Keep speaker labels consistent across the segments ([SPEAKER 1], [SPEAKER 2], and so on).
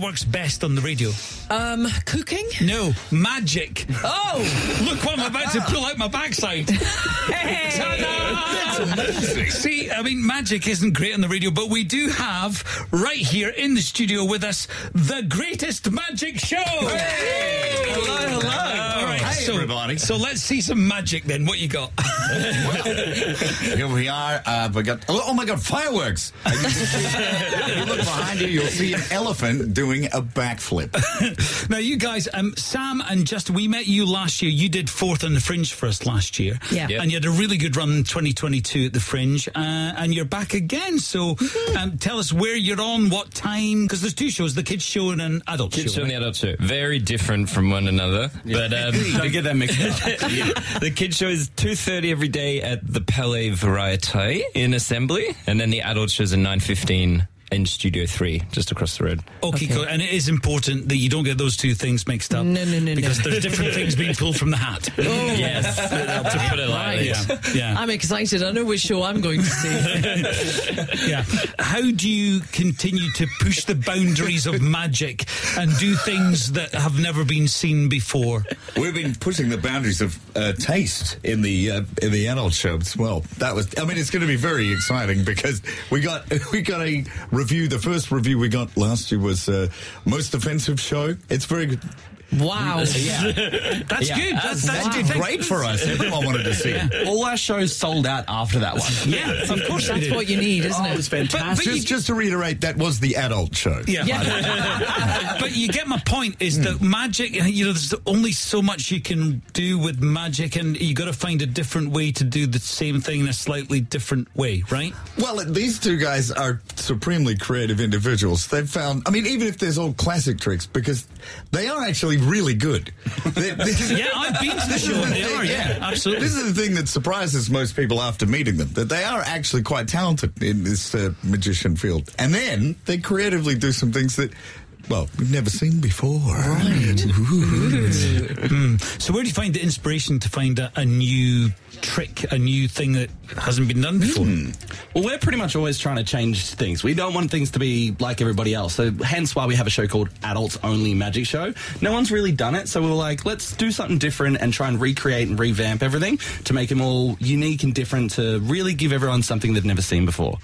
[SPEAKER 1] works best on the radio?
[SPEAKER 2] Um, cooking?
[SPEAKER 1] No, magic.
[SPEAKER 2] Oh!
[SPEAKER 1] Look what I'm about to pull out my backside. Ta-da! See, I mean, magic isn't great on the radio, but we do have right here in the studio with us the greatest magic show.
[SPEAKER 3] Hello, hello.
[SPEAKER 1] All right,
[SPEAKER 3] Hey,
[SPEAKER 1] so,
[SPEAKER 3] everybody.
[SPEAKER 1] So let's see some magic then. What you got?
[SPEAKER 3] Here we are. Uh, we got oh, oh my god, fireworks! And you see- if you look behind you, you'll see an elephant doing a backflip.
[SPEAKER 1] now, you guys, um, Sam and Justin, we met you last year. You did fourth on the Fringe for us last year.
[SPEAKER 2] Yeah. Yep.
[SPEAKER 1] And you had a really good run in 2022 at the Fringe, uh, and you're back again. So
[SPEAKER 2] Mm-hmm.
[SPEAKER 1] um, tell us where you're on, what time, because there's two shows the kids' show and an adult
[SPEAKER 4] Kids
[SPEAKER 1] show.
[SPEAKER 4] show and
[SPEAKER 1] right?
[SPEAKER 4] the adult show. Very different from one another. But um,
[SPEAKER 5] Don't get that mixed up.
[SPEAKER 4] the kid show is 2.30 every day at the Palais Variete in Assembly. And then the adult shows are 9.15 in Studio 3, just across the road.
[SPEAKER 1] Okay,
[SPEAKER 2] Okay.
[SPEAKER 1] cool. And it is important that you don't get those two things mixed up.
[SPEAKER 2] No, no, no, Oh. no.
[SPEAKER 1] Because there's different things being pulled from the hat.
[SPEAKER 4] Yes, to put it lightly.
[SPEAKER 1] Yeah, yeah,
[SPEAKER 2] I'm excited. I know which show I'm going to see.
[SPEAKER 1] yeah. How do you continue to push the boundaries of magic and do things that have never been seen before?
[SPEAKER 3] We've been pushing the boundaries of uh, taste in the uh, in the adult show as well. That was, I mean, it's going to be very exciting because we got we got a review. The first review we got last year was uh, most offensive show. It's very good.
[SPEAKER 2] Wow.
[SPEAKER 1] That's
[SPEAKER 5] Yeah.
[SPEAKER 1] good. That's, that's
[SPEAKER 3] That
[SPEAKER 1] good
[SPEAKER 3] did
[SPEAKER 1] thing.
[SPEAKER 3] great for us. Everyone wanted to see. it.
[SPEAKER 5] All our shows sold out after that one.
[SPEAKER 1] Yeah, of course they
[SPEAKER 2] That's
[SPEAKER 1] do.
[SPEAKER 2] what you need, isn't
[SPEAKER 5] It was
[SPEAKER 2] it?
[SPEAKER 5] fantastic.
[SPEAKER 1] you-
[SPEAKER 3] Just just to reiterate, that was the adult show.
[SPEAKER 1] Yeah.
[SPEAKER 2] Yeah.
[SPEAKER 1] but you get my point is that magic, you know, there's only so much you can do with magic, and you got to find a different way to do the same thing in a slightly different way, right?
[SPEAKER 3] Well, these two guys are supremely creative individuals. They've found, I mean, even if there's all classic tricks, because they are actually really good. They- this-
[SPEAKER 1] Yeah, I've been to the
[SPEAKER 3] this
[SPEAKER 1] show.
[SPEAKER 3] is the
[SPEAKER 1] and They
[SPEAKER 3] thing,
[SPEAKER 1] are, yeah, absolutely.
[SPEAKER 3] This is the thing that surprises most people after meeting them, that they are actually quite talented in this uh, magician field. And then they creatively do some things that, well, we've never seen before. Right.
[SPEAKER 1] Hmm. So, where do you find the inspiration to find a, a new trick, a new thing that hasn't been done before?
[SPEAKER 5] Well, we're pretty much always trying to change things. We don't want things to be like everybody else. So, hence why we have a show called Adults Only Magic Show. No one's really done it. So, we were like, let's do something different and try and recreate and revamp everything to make them all unique and different to really give everyone something they've never seen before.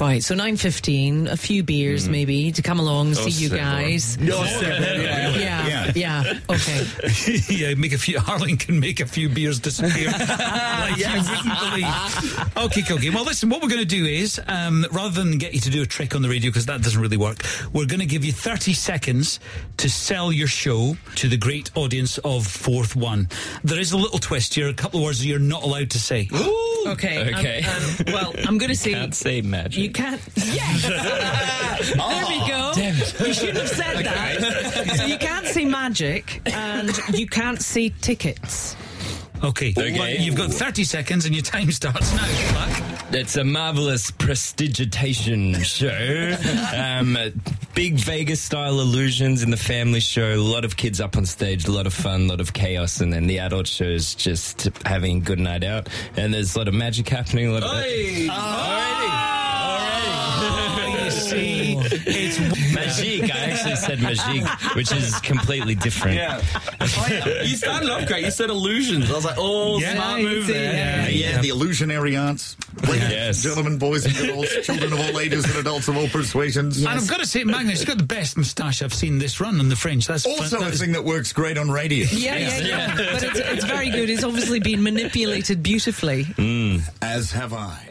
[SPEAKER 2] Right, so 9.15, a few beers maybe to come along, see you
[SPEAKER 4] seven.
[SPEAKER 2] guys.
[SPEAKER 1] Oh,
[SPEAKER 5] yeah.
[SPEAKER 2] Yeah, yeah, okay.
[SPEAKER 1] yeah, make a few. Harlan can make a few beers disappear. like you wouldn't believe. Okay, cool, okay. Well, listen. What we're going to do is, um, rather than get you to do a trick on the radio because that doesn't really work, we're going to give you thirty seconds to sell your show to the great audience of Fourth One. There is a little twist here. A couple of words that you're not allowed to say.
[SPEAKER 2] Okay. I'm-
[SPEAKER 4] Okay.
[SPEAKER 2] um, well, I'm going to say...
[SPEAKER 4] Can't say magic.
[SPEAKER 2] You can't... Yes! there we
[SPEAKER 4] Oh,
[SPEAKER 2] go.
[SPEAKER 5] Oh.
[SPEAKER 2] You shouldn't have said that. So you can't say magic and you can't say tickets.
[SPEAKER 1] Okay.
[SPEAKER 4] Okay.
[SPEAKER 1] Well, you've got thirty seconds, and your time starts now. Clark.
[SPEAKER 4] It's a marvelous prestigitation show. um, big Vegas style illusions in the family show. A lot of kids up on stage, a lot of fun, a lot of chaos, and then the adult show is just having a good night out. And there's a lot of magic happening. A lot of
[SPEAKER 5] Ah.
[SPEAKER 1] Oh, Ah, you see, it's
[SPEAKER 4] magic. I actually said magic, which is completely different.
[SPEAKER 5] Yeah. you started off great. You said illusions. I was like, oh,
[SPEAKER 1] Yeah,
[SPEAKER 5] smart
[SPEAKER 2] you
[SPEAKER 5] move
[SPEAKER 2] see,
[SPEAKER 5] there.
[SPEAKER 2] yeah.
[SPEAKER 3] Yeah, the illusionary aunts. Ladies,
[SPEAKER 4] Yes.
[SPEAKER 3] Gentlemen, boys and girls, children of all ages and adults of all persuasions.
[SPEAKER 1] And I've got to say, Magnus, you've got the best moustache I've seen this run on the French. That's
[SPEAKER 3] also
[SPEAKER 1] that
[SPEAKER 3] a
[SPEAKER 1] is-
[SPEAKER 3] thing that works great on radio.
[SPEAKER 2] Yeah, yeah, yeah. But it's, it's very good. It's obviously been manipulated beautifully.
[SPEAKER 3] As have I.